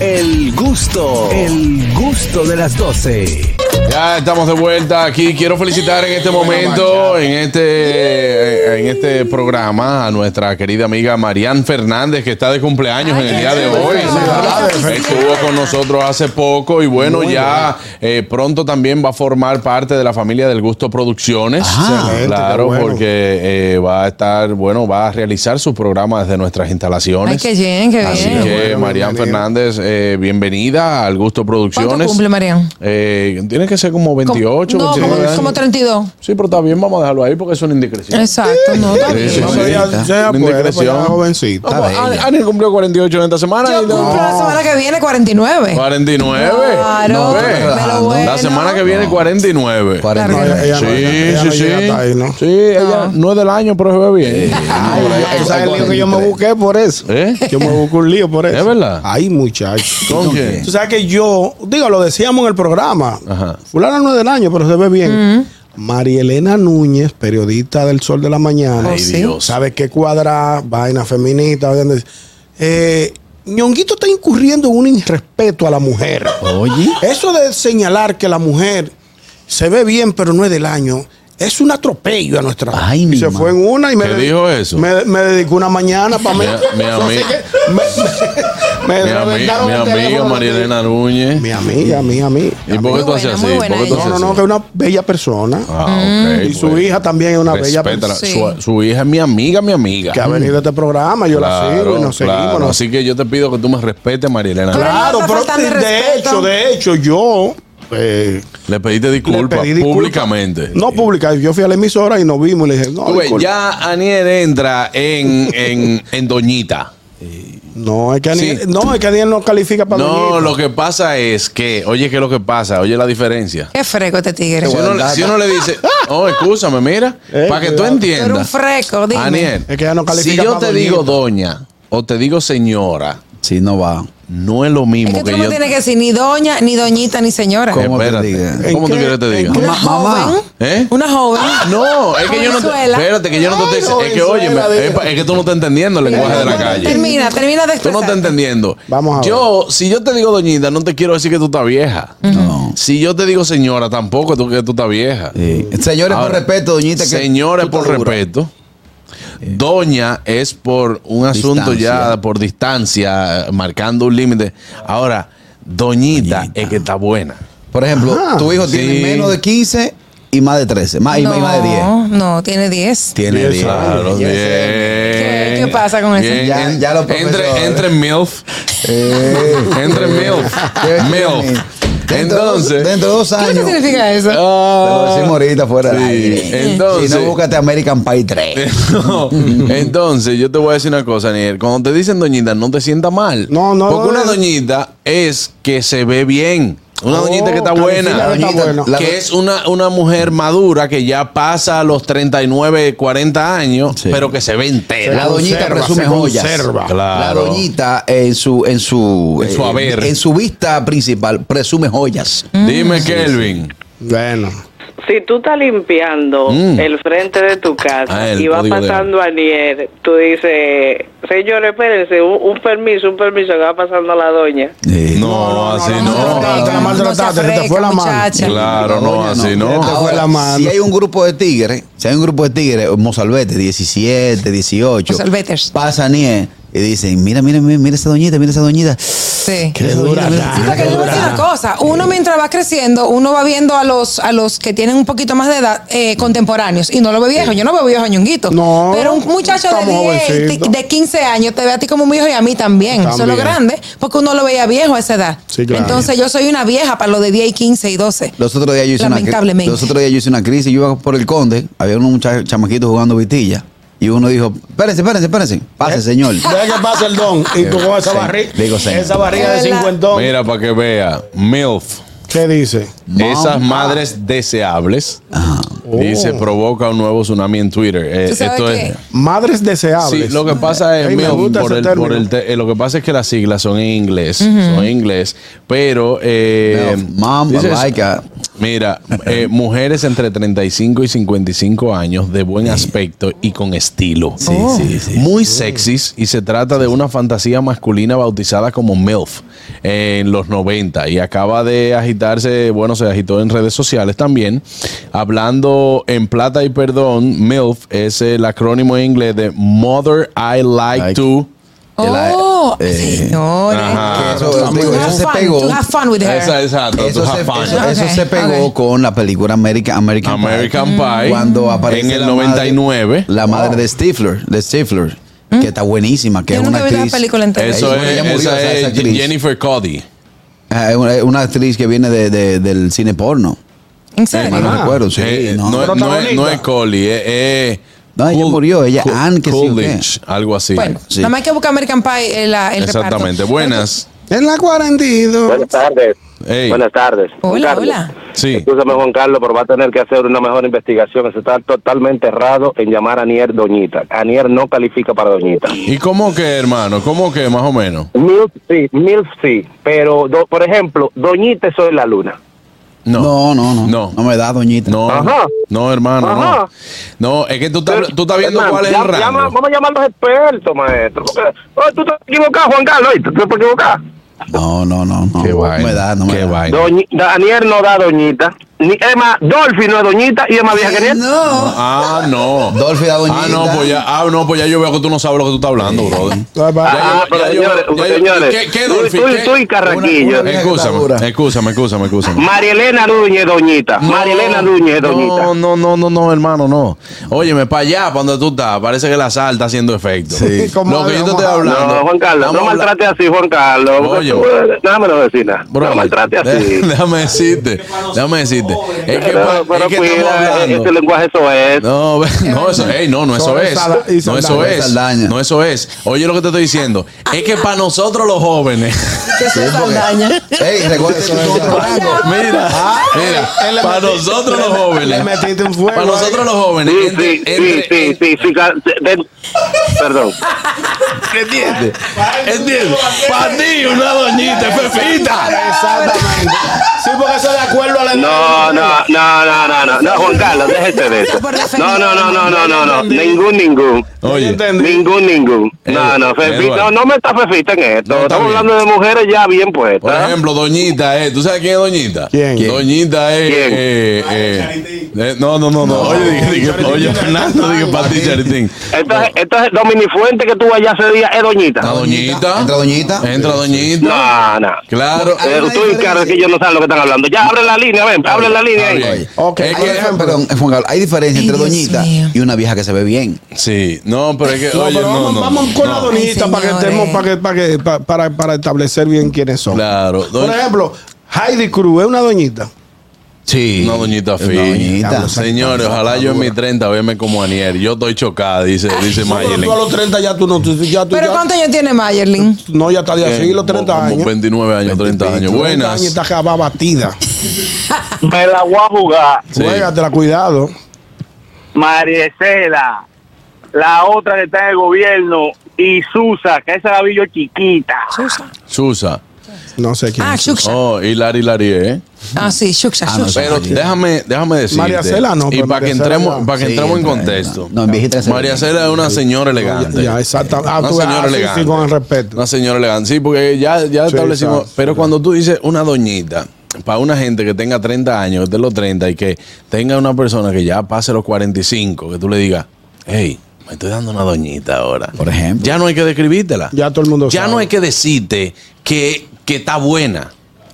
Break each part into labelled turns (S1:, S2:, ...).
S1: El gusto, el gusto de las 12.
S2: Ya estamos de vuelta aquí. Quiero felicitar en este momento, en este, en este programa, a nuestra querida amiga Marian Fernández, que está de cumpleaños en el día de hoy. Estuvo con nosotros hace poco y bueno, ya eh, pronto también va a formar parte de la familia del Gusto Producciones.
S3: Ah, Excelente,
S2: claro,
S3: qué bueno.
S2: porque eh, va a estar, bueno, va a realizar su programa desde nuestras instalaciones.
S4: Ay, qué bien, qué
S2: Así
S4: bien.
S2: que,
S3: Bueno,
S2: Marian
S3: bienvenida.
S2: Fernández, eh, bienvenida al Gusto Producciones.
S4: ¿Cuánto cumple, Marian?
S2: Eh, tiene que ser como 28,
S4: no,
S2: 29
S4: como,
S2: años.
S4: como 32.
S2: Sí, pero está bien, vamos a dejarlo ahí porque es una indiscreción.
S4: Exacto, no, está bien.
S2: Sí,
S3: No,
S2: sí,
S3: pero
S2: sí.
S3: ella- ella
S2: Una
S3: puede, pues,
S2: indiscreción.
S3: ella es jovencita.
S2: No, pues, An- Aniel cumplió 48 en esta semana.
S4: Yo
S2: y no-
S4: cumplo la semana que viene 49.
S2: 49.
S4: Claro,
S2: No, ve.
S4: pero bueno.
S2: La semana que viene 49.
S4: Claro que
S3: No,
S4: no.
S3: ella- ella
S2: Sí,
S3: no- ella
S2: sí,
S3: no
S2: sí.
S3: llega hasta ahí, ¿no?
S2: Sí, ella no es del año, pero se ve bien.
S3: Ay, tú sabes el lío que yo me busqué por eso.
S2: ¿Eh?
S3: Yo me busqué un lío por eso.
S2: ¿Es verdad?
S3: Ay, muchacho.
S2: ¿Con quién?
S3: Tú sabes que yo, digo, lo decíamos en el programa.
S2: Ajá.
S3: Fulana no es del año, pero se ve bien. María Elena Núñez, periodista del Sol de la Mañana.
S2: Ay, Dios.
S3: ¿Sabes qué cuadra? Vaina feminista. vaina de- Eh, Ñonguito está incurriendo en un irrespeto a la mujer.
S5: Oye.
S3: Eso de señalar que la mujer se ve bien, pero no es del año, es un atropello a nuestra.
S5: Ay,
S3: y
S5: mi
S3: se
S5: madre.
S3: fue en una y me.
S2: ¿Qué
S3: ded-
S2: dijo eso?
S3: Me, me dedicó una mañana para mí.
S2: Mi- mi ami-
S3: me,
S2: Mi, ami-
S3: reventaron
S2: mi
S3: el
S2: amiga
S3: teléfono.
S2: María Elena Núñez.
S3: Mi amiga, mi amiga.
S2: ¿Y por qué tú
S4: buena,
S2: haces así?
S4: muy
S2: ¿Por
S4: buena
S2: qué tú
S4: ella.
S3: No,
S2: haces
S3: no, no,
S2: así?
S3: que es una bella persona.
S2: Ah, ok,
S3: y su
S2: pues.
S3: hija también es una bella
S2: Respétala.
S3: persona.
S4: Sí.
S2: Su, su hija es mi amiga, mi amiga.
S3: Que ha venido a este programa, yo la sigo y nos seguimos.
S2: claro.
S3: nos-
S2: Así que yo te pido que tú me respetes, María Elena.
S4: Pero no
S3: Claro,
S4: está
S3: pero
S4: faltando el
S3: de
S4: respeto.
S3: hecho, de hecho, yo. eh,
S2: Le pediste
S3: le
S2: disculpas
S3: pedí disculpas.
S2: públicamente.
S3: No, pública. Yo fui a la emisora y nos vimos y le dije, no,
S2: Tú ves,
S3: disculpa.
S2: ya Aniel entra en, en, en Doñita.
S3: No, es que Aniel,
S2: Sí.
S3: no, es que Aniel no califica para
S2: No,
S3: Doñita.
S2: lo que pasa es que, oye, ¿qué es lo que pasa? Oye, la diferencia.
S4: Qué freco este tigre.
S2: Si uno, si uno le dice, oh, excúsame, mira,
S3: Eh,
S2: para que tú
S3: cuidado.
S2: entiendas.
S4: Pero un freco, dime.
S2: Aniel,
S3: Es que ya no
S2: si
S3: califica
S2: yo
S3: pa'
S2: te
S3: doñita.
S2: digo doña o te digo señora,
S5: Si no va.
S2: no es lo mismo
S4: Es que
S2: que,
S4: tú no
S2: yo.
S4: tienes que decir ni doña, ni doñita, ni señora.
S5: ¿Cómo te
S2: Espérate,
S5: diga?
S3: ¿En
S2: ¿cómo tú
S3: qué-
S2: quieres que te diga?
S3: en qué
S5: Ma- mamá.
S4: joven.
S2: ¿Eh?
S4: Una joven.
S2: No, es que yo no te.
S4: Venezuela.
S2: Espérate, que yo no te
S3: Ay,
S2: estoy. Es que,
S3: Venezuela,
S2: oye,
S3: diga.
S2: es, pa- es que tú no estás entendiendo el lenguaje de la calle.
S4: Termina, termina de
S2: Tú no
S4: expresar.
S2: estás entendiendo.
S3: Vamos a
S2: Yo, si yo te digo doñita, no te quiero decir que tú estás vieja. Si yo te digo señora, tampoco tú que tú estás vieja.
S5: Sí. Eh, Señores, por
S2: Ahora,
S5: respeto, doñita. que-
S2: Señores,
S5: tú
S2: por
S5: estás dura.
S2: respeto. Doña es por un asunto ya
S5: Distancia.
S2: por distancia, eh, marcando un límite. Ahora, doñita, es que está buena.
S5: Por ejemplo,
S3: Ajá.
S5: tu hijo tiene
S2: Sí.
S5: menos de 15 y más de 13. Más, y, más, y más de 10.
S4: No, no, tiene 10.
S5: Tiene
S3: Diez
S5: 10.
S2: Claro, bien.
S5: Ya sé.
S4: ¿Qué- qué pasa con eso?
S2: Bien,
S5: Ya-
S2: en-
S5: ya lo
S2: entre,
S5: profesor.
S2: entre MILF.
S5: Eh,
S2: Entre
S5: eh,
S2: MILF.
S5: debe ser
S2: MILF.
S5: Dentro de
S2: Entonces.
S5: dos- dentro de dos
S4: ¿Qué
S5: años.
S4: es lo que significa eso?
S5: Te lo
S2: Ah,
S5: decimos ahorita fuera del
S2: sí,
S5: aire.
S2: entonces- Eh,
S5: Si no, búscate American Pie 3.
S2: No. Entonces, yo te voy a decir una cosa, Aniel. Cuando te dicen doñita, no te sientas mal.
S3: No, no,
S2: Porque
S3: no,
S2: una
S3: no.
S2: doñita es que se ve bien. Una
S3: Oh,
S2: doñita que está buena.
S3: califica
S5: La
S3: Está
S5: doñita,
S3: bueno.
S5: la-
S2: que es una, una mujer madura que ya pasa los 39, 40 años,
S5: Sí.
S2: pero que se ve entera.
S5: La doñita
S3: Conserva,
S5: presume
S3: se
S5: joyas.
S3: conserva.
S2: Claro.
S5: La doñita en su en su
S2: En su
S5: eh,
S2: haber.
S5: en su vista principal presume joyas.
S2: Dime, Kelvin.
S3: Bueno.
S6: Si tú estás limpiando
S2: Mm.
S6: el frente de tu casa
S2: Ah, el
S6: y va
S2: código de
S6: pasando a Nier, tú dices, señor, espérense, un, un permiso, un permiso que va pasando a la doña.
S5: Eh,
S2: No, no, así
S3: no,
S2: no.
S3: no, no, no, no. maltrataste, se te fue la mano.
S4: muchacha.
S2: Claro, no, así no.
S3: Te fue la mano.
S5: Si hay un grupo de tigres, si hay un grupo de tigres, mozalbete, 17, 18,
S4: Mozalbetes.
S5: pasan y, y dicen, mira, mira, mira, mira esa doñita, mira esa doñita.
S4: Sí.
S3: Qué dura.
S4: Sí,
S3: está,
S4: porque
S3: qué
S4: yo voy a
S3: dura.
S4: decir una cosa. Uno mientras va creciendo, uno va viendo a los a los que tienen un poquito más de edad eh, contemporáneos. Y no lo ve viejo. Yo no veo viejo a Ñonguito.
S3: No,
S4: Pero un muchacho de
S3: estamos
S4: 10,
S3: jovencitos.
S4: de 15 años te ve a ti como un viejo y a mí también. Eso es lo
S3: También.
S4: grande. Porque uno lo veía viejo a esa edad.
S3: Sí, claro.
S4: Entonces yo soy una vieja para los de 10 y 15 y 12.
S5: Los otros días yo hice una
S4: Lamentablemente.
S5: Los otros días yo hice una crisis, yo iba por el conde, había unos muchachos chamaquitos jugando vitilla. Y uno dijo, espérense, espérense, espérense. Pase, señor.
S3: Deja que pase el don. Y tú con esa
S5: Sí,
S3: barriga.
S5: digo, señor.
S3: Esa barriga
S4: Es
S3: de
S4: verdad.
S3: cincuentón.
S2: Mira, para que vea. MILF.
S3: ¿Qué dice?
S2: Esas madres deseables. Dice,
S3: Oh.
S2: provoca un nuevo tsunami en Twitter. Eh,
S4: ¿Tú sabes
S2: esto
S4: qué?
S2: es.
S3: Madres deseables.
S2: Sí, lo que pasa es,
S3: Ey, me
S2: mira,
S3: gusta
S2: por
S3: ese
S2: el, por
S3: término.
S2: el te- eh, lo que pasa es que las siglas son en inglés, son en inglés, pero eh,
S5: Mom, I
S2: dices,
S5: like a-
S2: Mira, eh, mujeres entre 35 y 55 años de buen aspecto y con estilo. Oh.
S5: Sí, sí, sí.
S2: Muy sexys y se trata de una fantasía masculina bautizada como MILF en los 90 y acaba de agitarse, bueno, se agitó en redes sociales también. Hablando en plata y perdón, MILF es el acrónimo en inglés de Mother I Like,
S5: Like.
S2: to.
S4: Oh,
S5: eh,
S4: señores.
S2: ajá.
S5: Eso,
S4: To-
S5: digo,
S4: to
S5: eso
S4: have
S5: se
S4: fun,
S5: pegó.
S4: to have fun with her.
S2: Esa- exacto,
S5: Eso
S2: to
S5: se,
S2: have fun.
S5: eso- eso
S4: Ok,
S5: se pegó
S4: ok. Mm.
S5: con la película American, American,
S2: American Pie.
S5: Cuando aparece
S2: En el
S5: la
S2: 99.
S5: Madre, la madre de Stifler, de Stifler, que está buenísima, que
S4: Mm. Yo
S5: es una
S4: nunca vi la
S5: actriz.
S4: película entera.
S2: Eso
S5: Ella-
S2: es,
S5: ella murió,
S2: esa
S5: o sea,
S2: es
S5: esa actriz.
S2: Jennifer Cody.
S5: Ah, es una- es una actriz que viene de- de- del cine porno.
S4: ¿En serio?
S5: Mal no
S3: Ah.
S5: recuerdo, sí.
S2: Eh,
S5: no.
S2: no, es- no es, no es Coley, es. es
S5: No, ella
S2: Cool-
S5: murió, ella,
S2: Cool-
S5: Ann, que sí, ¿o qué?
S2: Coolidge, algo así.
S4: Bueno,
S5: Sí.
S4: nada más hay que buscar American Pie eh, la- el reparto.
S2: Exactamente. Buenas.
S3: En la 42.
S7: Buenas tardes.
S2: Ey.
S7: Buenas tardes.
S4: Hola,
S7: Juan
S4: hola.
S7: Carlos.
S2: Sí.
S7: Escúchame, Juan Carlos, pero va a tener que hacer una mejor investigación. Se está totalmente errado en llamar a Anier Doñita. Anier no califica para Doñita.
S2: ¿Y cómo que, hermano? ¿Cómo que, más o menos?
S7: Milf sí, Milf sí. Pero, do- por ejemplo, Doñita soy la luna.
S2: No.
S5: No, no, no.
S2: No.
S5: No, me da doñita.
S2: No,
S7: Ajá.
S2: no, hermano,
S7: Ajá.
S2: no. No, es que tú estás, tú estás viendo
S7: Hermano,
S2: cuál es
S7: ya-
S2: el
S7: llama-
S2: rango.
S7: vamos a llamar a los expertos, maestro. porque- oh, tú estás equivocado, Juan Carlos. oíste, Tú estás equivocado.
S5: No, no, no, no.
S2: Qué
S5: no
S2: vaina,
S5: me da, no me
S2: qué
S5: da.
S2: vaina.
S7: Doñi- Daniel no da Doñita. Ni, es más, Dolphy no es Doñita y es más vieja que Anier.
S5: No.
S2: Ah, no.
S5: Dolphy da doñita.
S2: Ah, no, pues ya, ah, no, pues ya yo veo que tú no sabes lo que tú estás hablando, brother.
S3: Ah,
S2: Ya
S3: va.
S2: yo-
S7: Ah, pero
S2: ya yo-
S7: señores,
S2: ya yo-
S7: señores,
S2: ¿Qué, qué,
S7: tú-
S2: Dolphy?
S7: tú-
S2: ¿Qué?
S7: tú y Carraquillo.
S5: Una- una-
S2: Escúchame, escúchame, escúchame, escúchame.
S7: Marielena Núñez, doñita. Marielena Núñez, doñita.
S2: No, no, no, no, no, hermano, no. Óyeme, para allá, para donde tú estás, parece que la sal está haciendo efecto.
S3: Sí. ¿Cómo
S2: Lo que yo te
S3: habla-
S2: estoy
S3: cómo habla?
S2: hablando.
S7: No, Juan Carlos,
S2: Estamos
S7: no
S2: habla-
S7: maltrate así, Juan Carlos.
S2: Oye.
S7: No me lo decís nada.
S2: Bro,
S7: No maltrate así.
S2: de- déjame decirte, déjame decirte. Es que, pa-
S7: Pero, pero
S2: es que estamos
S7: cuida, eh,
S2: hablando.
S7: ese lenguaje eso es.
S2: No, ve- no, eso, ey, no, no, eso
S3: Sobre
S2: es.
S3: Sala- y
S2: No, eso
S3: Saldaña.
S2: es.
S5: Saldaña.
S2: No, eso es. Oye, lo que te estoy diciendo. Es que para nosotros los jóvenes.
S4: Que se saldaña.
S5: Ey, recuerda que eso es otro rango.
S2: Mira, mira.
S3: Ah, él le
S2: Para
S3: metí-
S2: nosotros los
S3: le-
S2: jóvenes.
S3: le metiste un fuego
S2: Para
S3: ahí.
S2: nosotros los jóvenes.
S7: Sí,
S2: entre-
S7: sí, sí,
S2: entre-
S7: sí, sí, sí, car- de- Perdón.
S2: ¿Entiendes? ¿Entiendes? Para ti, una doñita, es Pepita.
S3: Exactamente. Sí, porque eso de acuerdo a la
S7: No, no, no, no, no, no, no, Juan Carlos, déjese de eso. No, no, no, no, no, no, no, ningún, ningún.
S2: Oye,
S7: Ningún, ningún. No, no,
S2: Eduardo,
S7: Fefi,
S2: Eduardo.
S7: no, no me está fefita en esto.
S2: Eh, No, está
S7: Estamos
S2: bien.
S7: hablando de mujeres ya bien
S2: por
S7: puestas.
S2: ejemplo, Doñita, eh, ¿tú sabes quién es Doñita?
S3: ¿Quién? ¿Quién?
S2: Doñita es.
S7: ¿Quién?
S2: eh, eh, eh, no, no, no, no. Oye, dije, dije, oye, Fernando, dige para ti, Charitín.
S7: Entonces, entonces Dominifuente que tuvo allá ese día es doñita.
S2: La Doñita.
S5: Entra doñita.
S2: Entra Doñita.
S7: No, no.
S2: Claro.
S5: Hay
S7: Pero
S5: una
S7: tú y Carlos que yo no saben lo que están hablando. Ya abre la línea, ven, abre la línea
S2: Está
S7: ahí.
S2: bien.
S3: Ok,
S2: Es
S5: Hay,
S2: que-
S5: dif- perdón, Juan Carlos, hay diferencia
S4: Ay,
S5: entre
S4: Dios
S5: doñita
S4: mío.
S5: y una vieja que se ve bien.
S2: Sí, no, pero es que.
S3: No,
S2: Oye,
S3: pero
S2: no,
S3: vamos,
S2: no.
S3: vamos con la
S2: no.
S3: donita
S4: Ay,
S3: para que
S4: señores.
S3: estemos, para, que, para, que- pa- para, para establecer bien quiénes son.
S2: Claro.
S3: Por
S2: Doña-
S3: ejemplo, Heidi Cruz es una doñita.
S5: Sí.
S2: Una doñita
S5: Es
S2: fina.
S5: Una doñita.
S2: Señores, ojalá yo en mi 30 verme como Anier. Yo estoy chocada, dice, dice
S3: No, pero
S2: Mayelin.
S3: tú a los 30 ya tú no. tú- ya tú
S4: ¿Pero
S3: ya-
S4: cuántos años tiene Mayerlin?
S3: No, ya está de
S2: Eh,
S3: así, los 30
S2: Como
S3: años.
S2: 29 años, 30 años.
S3: 30 años
S2: Buenas.
S3: está acabada batida.
S7: Me la voy a jugar.
S2: Sí.
S3: Juégatela, cuidado.
S7: Mariesela, la otra que está en el gobierno, y Susa, que esa la vi yo chiquita.
S4: Xuxa.
S2: Susa.
S3: No sé quién.
S4: Ah,
S3: es.
S4: Xuxa.
S2: Oh, y Lari Lari, ¿eh?
S4: Ah, sí, Xuxa,
S5: Ah, no,
S4: Xuxa.
S2: Pero déjame, déjame decirte.
S3: María Cela no,
S2: Y
S3: pero
S2: para que
S3: María Cela
S2: entremos,
S3: ya.
S2: para que
S5: Sí,
S2: entremos en
S5: entra,
S2: contexto.
S5: entra. No, en viejita se ve
S2: María
S5: bien.
S2: Cela es una señora elegante.
S3: Ya, exacto. Ah,
S2: una
S3: tú ves,
S2: señora
S3: ah, sí,
S2: elegante.
S3: sí, con el respeto.
S2: Una señora elegante. Sí, porque ya, ya
S3: Sí,
S2: establecimos.
S3: exacto.
S2: pero cuando tú dices una doñita, para una gente que tenga 30 años, que esté en los 30 y que tenga una persona que ya pase los 45, que tú le digas, hey, me estoy dando una doñita ahora.
S5: Por ejemplo.
S2: Ya no hay que describírtela.
S3: Ya todo el mundo
S2: Ya
S3: sabe.
S2: no hay que decirte que, que está buena.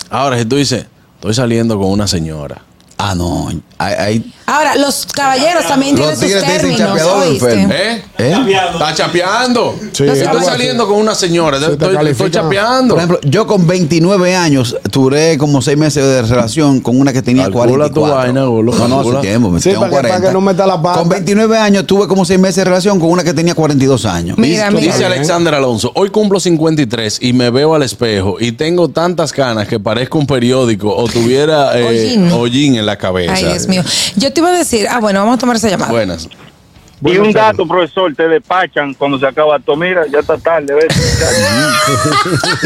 S2: Ahora, si tú dices, estoy saliendo con una señora.
S5: Ah, no. Hay, hay,
S4: Ahora, los caballeros también
S5: Los
S4: tienen sus
S5: tigres te dicen
S4: términos,
S5: chapeador, enfermo.
S4: ¿oíste?
S2: ¿Eh?
S5: ¿eh?
S2: Está chapeando.
S3: Sí,
S2: estoy
S3: algo así.
S2: saliendo con una señora.
S3: te
S2: estoy, estoy
S3: califica.
S2: chapeando.
S5: Por ejemplo, yo con 29 años duré como 6 meses de relación con una que tenía
S2: Calcula
S5: 44.
S2: tu vaina, boludo,
S5: No, no,
S2: calcula.
S5: hace tiempo,
S3: Sí,
S5: tengo
S3: para que- para
S5: 40.
S3: que no meta la pata.
S5: Con 29 años tuve como 6 meses de relación con una que tenía 42 años.
S4: Mira, mira.
S2: Dice Alexander Alonso, hoy cumplo 53 y me veo al espejo y tengo tantas canas que parezco un periódico o tuviera eh,
S4: Hollín.
S2: hollín en la cabeza.
S4: Ay, Dios mío. Yo te iba a decir, ah, bueno, vamos a tomar esa llamada.
S2: Buenas.
S8: Y
S9: Buenas
S8: un
S9: tardes.
S8: dato, profesor, te despachan cuando se acaba todo. Mira, ya está tarde, ¿ves?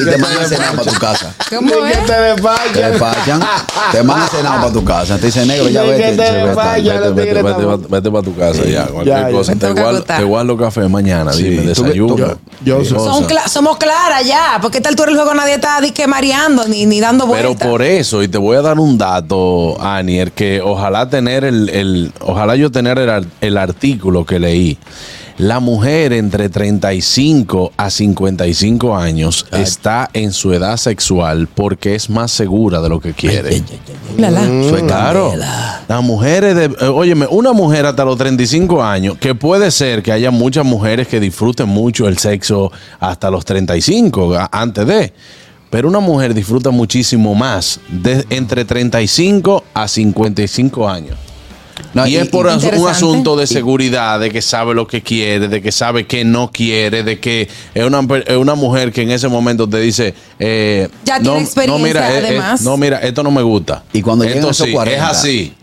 S5: Y te mandan a cenar para tu casa.
S4: ¿Cómo es?
S5: Te despachan, te mandan a cenar para tu casa. Te dicen negro, ya
S3: Dicen que
S5: vete.
S3: te
S5: Se ve
S3: despachan.
S5: tal.
S3: ya
S2: Vete,
S3: los
S2: vete,
S3: tigres
S2: vete,
S3: estamos-
S2: vete, vete para tu casa ya. Cualquier
S3: ya.
S2: cosa.
S4: Me
S2: Te
S4: toca
S2: guardo,
S4: acotar.
S2: te guardo café mañana, dime,
S5: tú-
S2: desayuno.
S5: yo-
S3: yo
S2: Sí,
S3: soy-
S2: cosa.
S4: Son cla- somos claras ya. Porque tal tú eres luego nadie está disque mareando ni, ni dando
S2: Pero
S4: vueltas.
S2: por eso, y te voy a dar un dato, Anier, que ojalá tener el, el- ojalá yo tener el, ar- el artículo que leí. La mujer entre 35 a 55 años está en su edad sexual porque es más segura de lo que quiere.
S4: La, la.
S5: Mm.
S2: Claro. Las mujeres, de, eh, óyeme, una mujer hasta los 35 años, que puede ser que haya muchas mujeres que disfruten mucho el sexo hasta los 35, a- antes de. Pero una mujer disfruta muchísimo más, de entre 35 a 55 años.
S5: No,
S2: y,
S5: y-
S2: es por
S5: y-
S2: as- un
S4: Interesante.
S2: asunto de seguridad, de que sabe lo que quiere, de que sabe que no quiere, de que es una, per- es una mujer que en ese momento te dice, eh,
S4: Ya
S2: no,
S4: tiene experiencia,
S2: no, mira, eh, eh,
S4: además.
S2: no, mira, esto no me gusta.
S5: Y cuando llegan
S2: esto
S5: esos
S2: sí,
S5: 40,
S2: es así.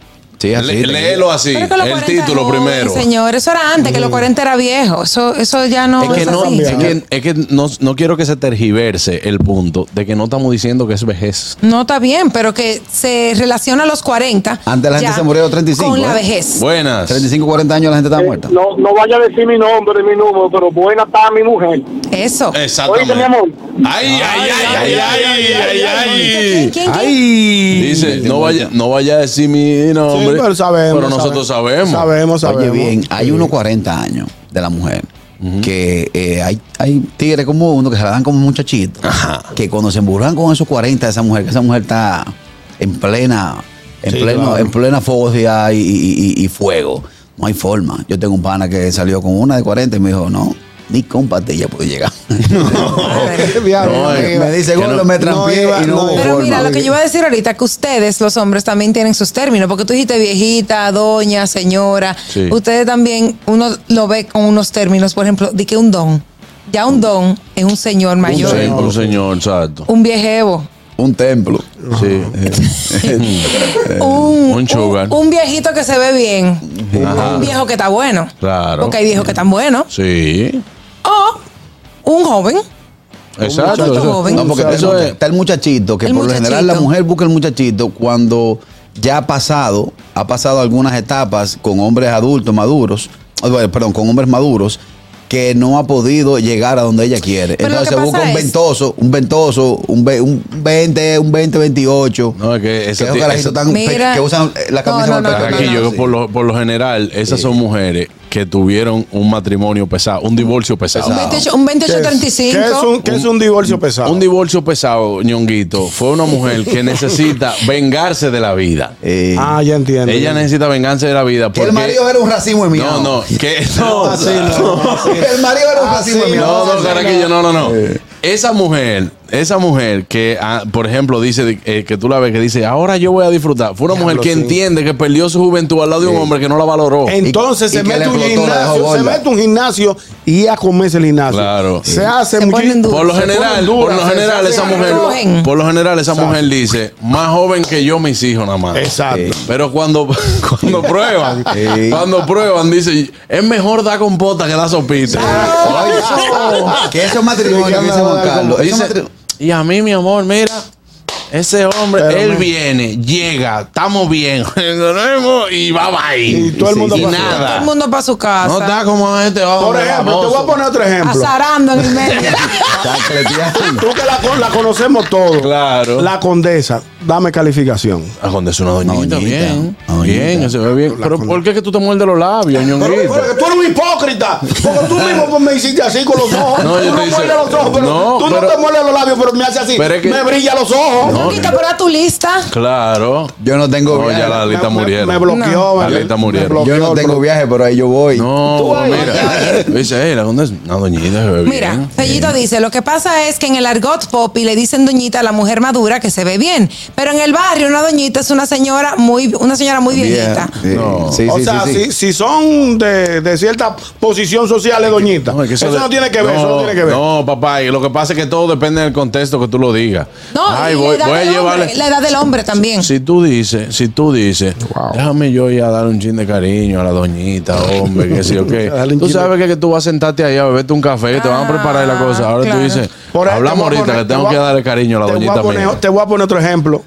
S5: Sí, así,
S2: Le-
S5: te-
S2: léelo así,
S4: Pero que los
S2: el
S4: 40
S2: título
S4: no,
S2: primero.
S4: Señor, eso era antes, que
S5: Mm.
S4: los 40 era viejo. Eso, eso ya no
S2: Es que,
S4: es
S2: no,
S4: así.
S2: es que, es que no, no quiero que se tergiverse el punto de que no estamos diciendo que es vejez.
S4: No está bien, pero que se relaciona a los 40.
S5: Antes la gente
S4: ya
S5: se murió a los 35,
S4: Con la
S5: ¿eh?
S4: vejez.
S2: Buenas.
S5: 35, 40 años la gente está
S9: Eh,
S5: muerta.
S9: No, no vaya a decir mi nombre, mi número, pero buena está mi mujer.
S4: Eso.
S5: eh,
S2: Exactamente.
S9: Oíste, mi amor.
S2: Ay, ay, ay, ay, ay, ay, ay.
S4: ¿Quién, quién, quién?
S3: ¡Ay!
S2: Dice, no vaya, no vaya a decir mi
S3: Sí,
S2: nombre.
S3: pero sabemos.
S2: Pero nosotros sabemos.
S3: Sabemos,
S5: Oye,
S3: sabemos.
S5: bien, hay
S3: Sí.
S5: unos 40 años de la mujer que eh, hay, hay tigres como uno que se la dan como muchachito. Que cuando se emburran con esos 40 de esa mujer, que esa mujer está en plena, en
S3: Sí,
S5: pleno,
S3: claro.
S5: en plena fosia y, y- y- y fuego. No hay forma. Yo tengo un pana que salió con una de 40 y me dijo, no, ni con ella puede llegar.
S3: Diablo,
S2: No,
S3: amigo.
S2: eh,
S5: me dice,
S2: que no-
S5: gordo, me trampié
S3: no iba-
S5: y no
S3: no
S5: hubo
S3: iba".
S4: Pero
S5: forma.
S4: mira, lo que yo iba a decir ahorita, que ustedes, los hombres, también tienen sus términos, porque tú dijiste viejita, doña, señora.
S2: Sí.
S4: Ustedes también, uno lo ve con unos términos, por ejemplo, di que un don. Ya un don es un señor
S2: Un
S4: mayor,
S2: señor, un señor, exacto.
S4: un viejevo,
S5: Un templo.
S2: Sí.
S4: un,
S2: Eh, un sugar.
S4: un- un viejito que se ve bien,
S2: Ajá.
S4: un viejo que está bueno,
S2: Claro.
S4: porque hay viejos que están buenos,
S2: Sí.
S4: o un joven.
S2: Exacto.
S4: muchacho
S2: eso-
S4: joven.
S5: No, porque está,
S2: eso
S5: el,
S2: es.
S5: está el muchachito, que
S4: El
S5: por lo general la
S4: muchachito.
S5: mujer busca el muchachito cuando ya ha pasado, ha pasado algunas etapas con hombres adultos, maduros, eh, bueno, perdón, con hombres maduros, que no ha podido llegar a donde ella quiere.
S4: Pero lo
S5: Entonces
S4: que
S5: se busca
S4: pasa
S5: un
S4: es-
S5: ventoso, un ventoso, un, ve- un 20, un 20, 28.
S2: No, es que ese
S5: esos
S2: ti-
S5: carajitos
S2: ese-
S5: tan pe-
S4: Mira.
S5: que usan eh, la
S4: No,
S5: camisa
S4: no,
S5: más
S4: no,
S5: pequeña,
S2: Carraquillo,
S5: así.
S2: que por lo, por lo general, esas son mujeres que tuvieron un matrimonio pesado, un divorcio pesado.
S4: Un 28, un
S3: ¿Qué es-
S4: 28-35.
S3: ¿Qué es un, qué es un divorcio pesado?
S2: Un divorcio pesado, ñonguito, fue una mujer que necesita vengarse de la vida.
S5: Eh,
S3: ah, ya entiendo.
S2: Ella necesita vengarse de la vida.
S5: que el
S2: porque-
S5: marido era un racimo de
S2: No,
S5: miau.
S2: no, que no.
S3: No, así no, así no.
S5: El marido
S4: Ah,
S5: era un
S3: Así
S5: racimo de miau.
S2: No, no, Caraquillo, no, no, no. Esa mujer, esa mujer que, ah, por ejemplo, dice de- eh, que tú la ves que dice, ahora yo voy a disfrutar. Fue una mujer que
S3: sí.
S2: entiende que perdió su juventud al lado de un hombre que no la valoró.
S3: Entonces
S5: Y- y
S3: se
S5: que
S3: mete
S5: le
S3: un
S5: explotó, la dejó
S3: gimnasio, se
S5: gorda.
S3: mete un gimnasio y a comerse el gimnasio.
S2: Claro.
S3: Se hace
S4: Se ponen
S3: muchísimo.
S4: duras.
S2: Por lo
S3: se ponen
S2: general, por
S3: duras,
S2: lo
S3: se-
S2: general,
S3: se
S2: esa
S3: hacen
S2: mujer,
S3: arroz.
S4: Cogen.
S2: por lo general, esa mujer dice, más joven que yo, mis hijos nada más.
S3: Exacto.
S2: Pero cuando, cuando prueban,
S5: Sí.
S2: cuando prueban, dice, es mejor dar compota que dar sopita.
S5: Oye, que esos matrimonios que dice Juan Carlos. esos
S2: Dice,
S5: matrimonios-
S2: y a mí, mi amor, mira, ese hombre, él viene, llega, estamos bien, dormimos y va
S3: Y
S2: ahí.
S3: todo el mundo
S2: y
S3: pasa.
S4: Todo el
S2: nada.
S4: mundo para su casa.
S2: No está como este hombre.
S3: Por ejemplo, te voy a
S2: famoso.
S3: poner otro ejemplo.
S4: azarando en el medio.
S5: Chacleteando.
S3: Tú que la, con- la conocemos todos.
S2: Claro.
S3: La condesa, dame calificación.
S2: Ah, Donde es una doñita, Ah,
S5: doñita,
S2: bien.
S5: doñita.
S2: Bien, que se ve bien. Pero ¿por qué es que tú te muerdes los labios, ñonguito?
S3: tú eres un hipócrita. Porque tú mismo pues, me hiciste así con los ojos.
S2: No, yo te hice-
S3: muerdes
S2: No, pero-
S3: muerdes los labios, pero me haces así.
S2: Pero es que-
S3: brilla los ojos.
S2: No.
S4: Quita por a tu lista.
S2: Claro.
S5: Yo no tengo
S2: No, ya
S5: viaje.
S2: la
S3: Me-
S2: lista
S3: me-
S2: murieron.
S3: Me
S4: No.
S3: bloqueó, me-
S2: La lista murieron.
S3: me bloqueó
S5: Yo no
S3: el
S5: tengo
S3: pro-
S5: viaje, pero ahí yo voy.
S3: Tú
S2: No,
S3: ahí.
S2: mira. Dice, "Ey, la condesa, una doñita, se ve
S4: Mira,
S2: bien".
S4: Fellito dice, lo que pasa es que en el argot popi le dicen doñita a la mujer madura que se ve bien, pero en el barrio una doñita es una señora muy una señora muy viejita.
S5: Sí,
S2: No.
S5: sí,
S3: o
S5: sí,
S3: sea,
S5: sí, sí.
S3: Si, si son de, de cierta posición social, es doñita.
S2: es que
S3: eso
S2: de-
S3: no tiene que ver, eso no tiene que ver.
S2: No, papá, y lo que pasa es que todo depende del contexto que tú lo digas.
S4: No, y le da
S2: Voy a
S4: del hombre,
S2: llevarle-
S4: la edad del hombre también.
S2: Si tú dices, si tú dices, déjame yo ir a dar un chin de cariño a la doñita, hombre, que sí,
S3: Dale
S2: ok.
S3: un
S2: Tú
S3: chin de-
S2: sabes que, que tú vas a sentarte ahí a beberte un café, te van a preparar la cosa. Ahora
S4: Ah, claro.
S2: tú dices,
S3: Por ahí te
S2: hablamos
S3: voy a
S2: ahorita
S3: poner-
S2: que
S3: te
S2: tengo
S3: voy
S2: que
S3: a-
S2: darle cariño a la
S3: te voy a
S2: doñita
S3: poner-
S2: mía.
S3: Te voy a poner otro ejemplo.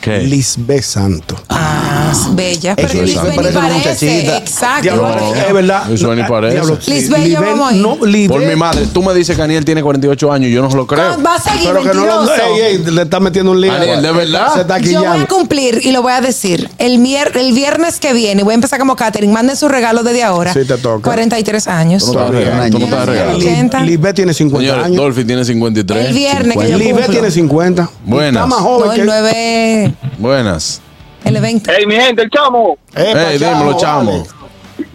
S2: ¿Qué?
S3: Lisbeth Santos.
S4: Ah, bella. Pero
S5: Eso es
S4: Lisbeth
S5: parece
S4: ni
S5: una muchachita.
S4: Exacto.
S3: Diablo,
S2: No.
S3: es verdad.
S2: Eso ni
S3: No,
S2: parece.
S3: diablo,
S4: Lisbeth, yo vamos ahí.
S3: no,
S2: Por
S3: Lisbeth-
S2: mi madre, tú me dices que Aniel tiene 48 años, yo no se lo creo.
S4: Va a seguir
S3: Pero que no lo.
S4: mentiroso.
S3: Ey, ey, le está metiendo un lío.
S2: Daniel, ¿de verdad?
S3: Se está
S4: Yo voy a
S3: quillando.
S4: cumplir y lo voy a decir. El, mier- el viernes que viene voy a empezar como Catherine. Manden su regalo desde ahora.
S3: Sí, te toca.
S4: 43 años.
S2: Tú no estás
S5: Todavía,
S2: regalando, tú no
S5: Aniel.
S2: estás regalando.
S4: Aniel.
S3: Li- Lisbeth tiene 50
S2: Señores,
S3: años.
S2: Dolphy tiene
S4: El
S2: 53.
S4: viernes que yo
S3: Lisbeth
S4: cumplo.
S3: tiene 50.
S2: Buenas.
S3: Está más joven
S4: No,
S3: que
S4: el 9,
S2: Buenas.
S4: el 20.
S9: Ey, mi gente, el chamo.
S3: Epa,
S2: Ey, dímelo, chamo.
S3: vale.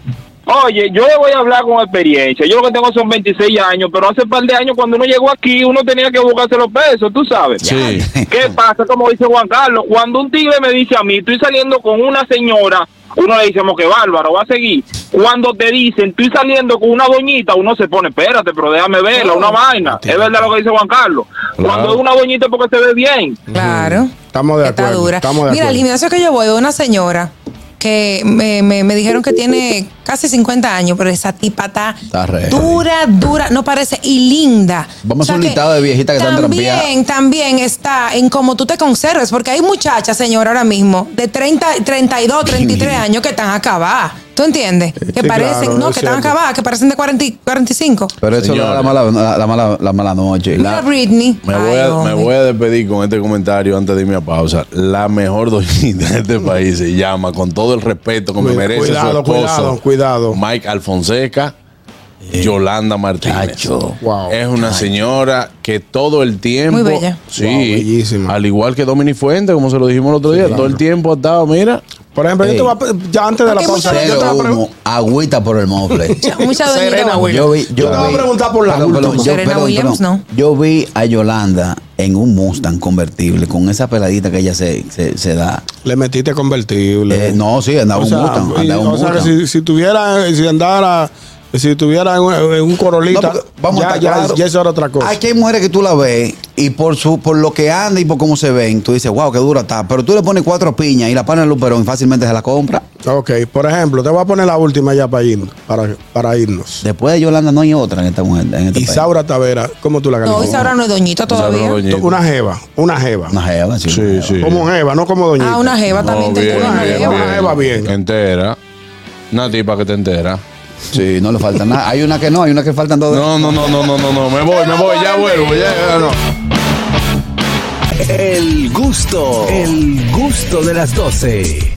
S9: Oye, yo le voy a hablar con experiencia. Yo lo que tengo son 26 años, pero hace un par de años cuando uno llegó aquí, uno tenía que buscarse los pesos, tú sabes.
S2: Sí.
S9: ¿Qué pasa? Como dice Juan Carlos, cuando un tigre me dice a mí, estoy saliendo con una señora, uno le dice, como que bárbaro, va a seguir. Cuando te dicen, estoy saliendo con una doñita, uno se pone, espérate, pero déjame verla, una vaina. Es verdad lo que dice Juan Carlos. Cuando es una doñita es porque se ve bien.
S4: Claro.
S3: Estamos de
S4: Que está
S3: acuerdo,
S4: dura.
S3: estamos de
S4: Mira, al
S3: acuerdo.
S4: gimnasio que yo voy, una señora que me, me- me dijeron que tiene casi 50 años, pero esa tipa está,
S5: Está ready.
S4: dura, dura, no parece, y linda.
S5: Vamos a un listado de viejitas que están
S4: También,
S5: trampeadas.
S4: también está en cómo tú te conserves, porque hay muchachas, señora, ahora mismo, de 30, 32, 33 años que están acabadas. ¿Tú entiendes? Que
S3: sí,
S4: parecen,
S3: claro,
S4: no,
S3: es
S4: que están
S3: cierto.
S4: acabadas, que parecen de 40, y 45.
S5: Pero eso
S2: Señores.
S5: era la mala, la, la mala, la mala noche.
S4: Mira,
S5: La-
S4: Britney.
S2: Me
S4: Ay,
S2: voy, a, me
S4: hombre.
S2: voy a despedir con este comentario antes de irme a pausa. La mejor doñita de este país se llama, con todo el respeto que me
S3: Cuida-
S2: merece su
S3: cuidado,
S2: esposo,
S3: cuidado, cuidado.
S2: Mike Alfonseca, Yolanda Martínez.
S5: Chacho.
S3: Wow.
S2: Es una señora que todo el tiempo.
S4: Muy bella.
S2: Sí,
S3: Wow, bellísima.
S2: al igual que Dominic Fuente, como se lo dijimos el otro día, todo el tiempo ha estado, mira.
S3: Por ejemplo,
S5: Ey.
S3: yo te voy a, ya antes de la
S4: Porque
S3: pausa,
S4: muchas
S3: yo
S5: Cero
S3: te voy a
S5: humo,
S3: preguntar.
S5: agüita por el mofle.
S4: Mucha doñita
S3: Serena
S4: va-
S3: Williams.
S5: Yo vi, yo
S3: Yo te voy a
S5: vi-
S3: preguntar por la
S5: perdón,
S3: última.
S5: perdón, yo-
S4: Serena
S5: perdón,
S4: Williams,
S5: perdón. Yo vi a Yolanda en un Mustang convertible con esa peladita que ella se, se, se da.
S3: Le metiste convertible.
S5: Eh, no, sí, andaba
S3: O
S5: un
S3: sea,
S5: Mustang.
S3: y-
S5: Andaba un
S3: o sea, que
S5: Mustang.
S3: si, si tuviera, si andara, si tuviera en un, en un
S5: No,
S3: corolita,
S5: porque vamos a
S3: ya,
S5: estar
S3: ya,
S5: claros.
S3: ya eso era otra cosa.
S5: Aquí hay mujeres que tú la ves y por su por lo que anda y por cómo se ven, tú dices, wow, qué dura está. Pero tú le pones cuatro piñas y la panes al luperón y fácilmente se la compra.
S3: Ok, por ejemplo, te voy a poner la última ya para, ir, para, para irnos.
S5: Después de Yolanda no hay otra en esta mujer. En este país.
S3: Isaura Tavera, ¿cómo tú la
S4: No,
S3: calificas?
S4: esa ahora no es doñita todavía.
S2: Esa doñita.
S3: Una jeva, una jeva.
S5: Una jeva, sí. una
S2: Sí,
S5: jeva.
S2: sí.
S3: Como jeva, no como doñita.
S4: Ah, una jeva
S2: No,
S4: también. te
S2: bien,
S4: una
S2: bien,
S4: jeva.
S2: bien.
S3: Una jeva bien.
S2: Entera. Una tipa que te entera.
S5: Sí, no le falta nada. Hay una que no, hay una que faltan dos.
S2: No, no, no, no, no, no, no. Me voy, me voy, ya vuelvo, ya, ya no.
S1: El gusto, el gusto de las 12.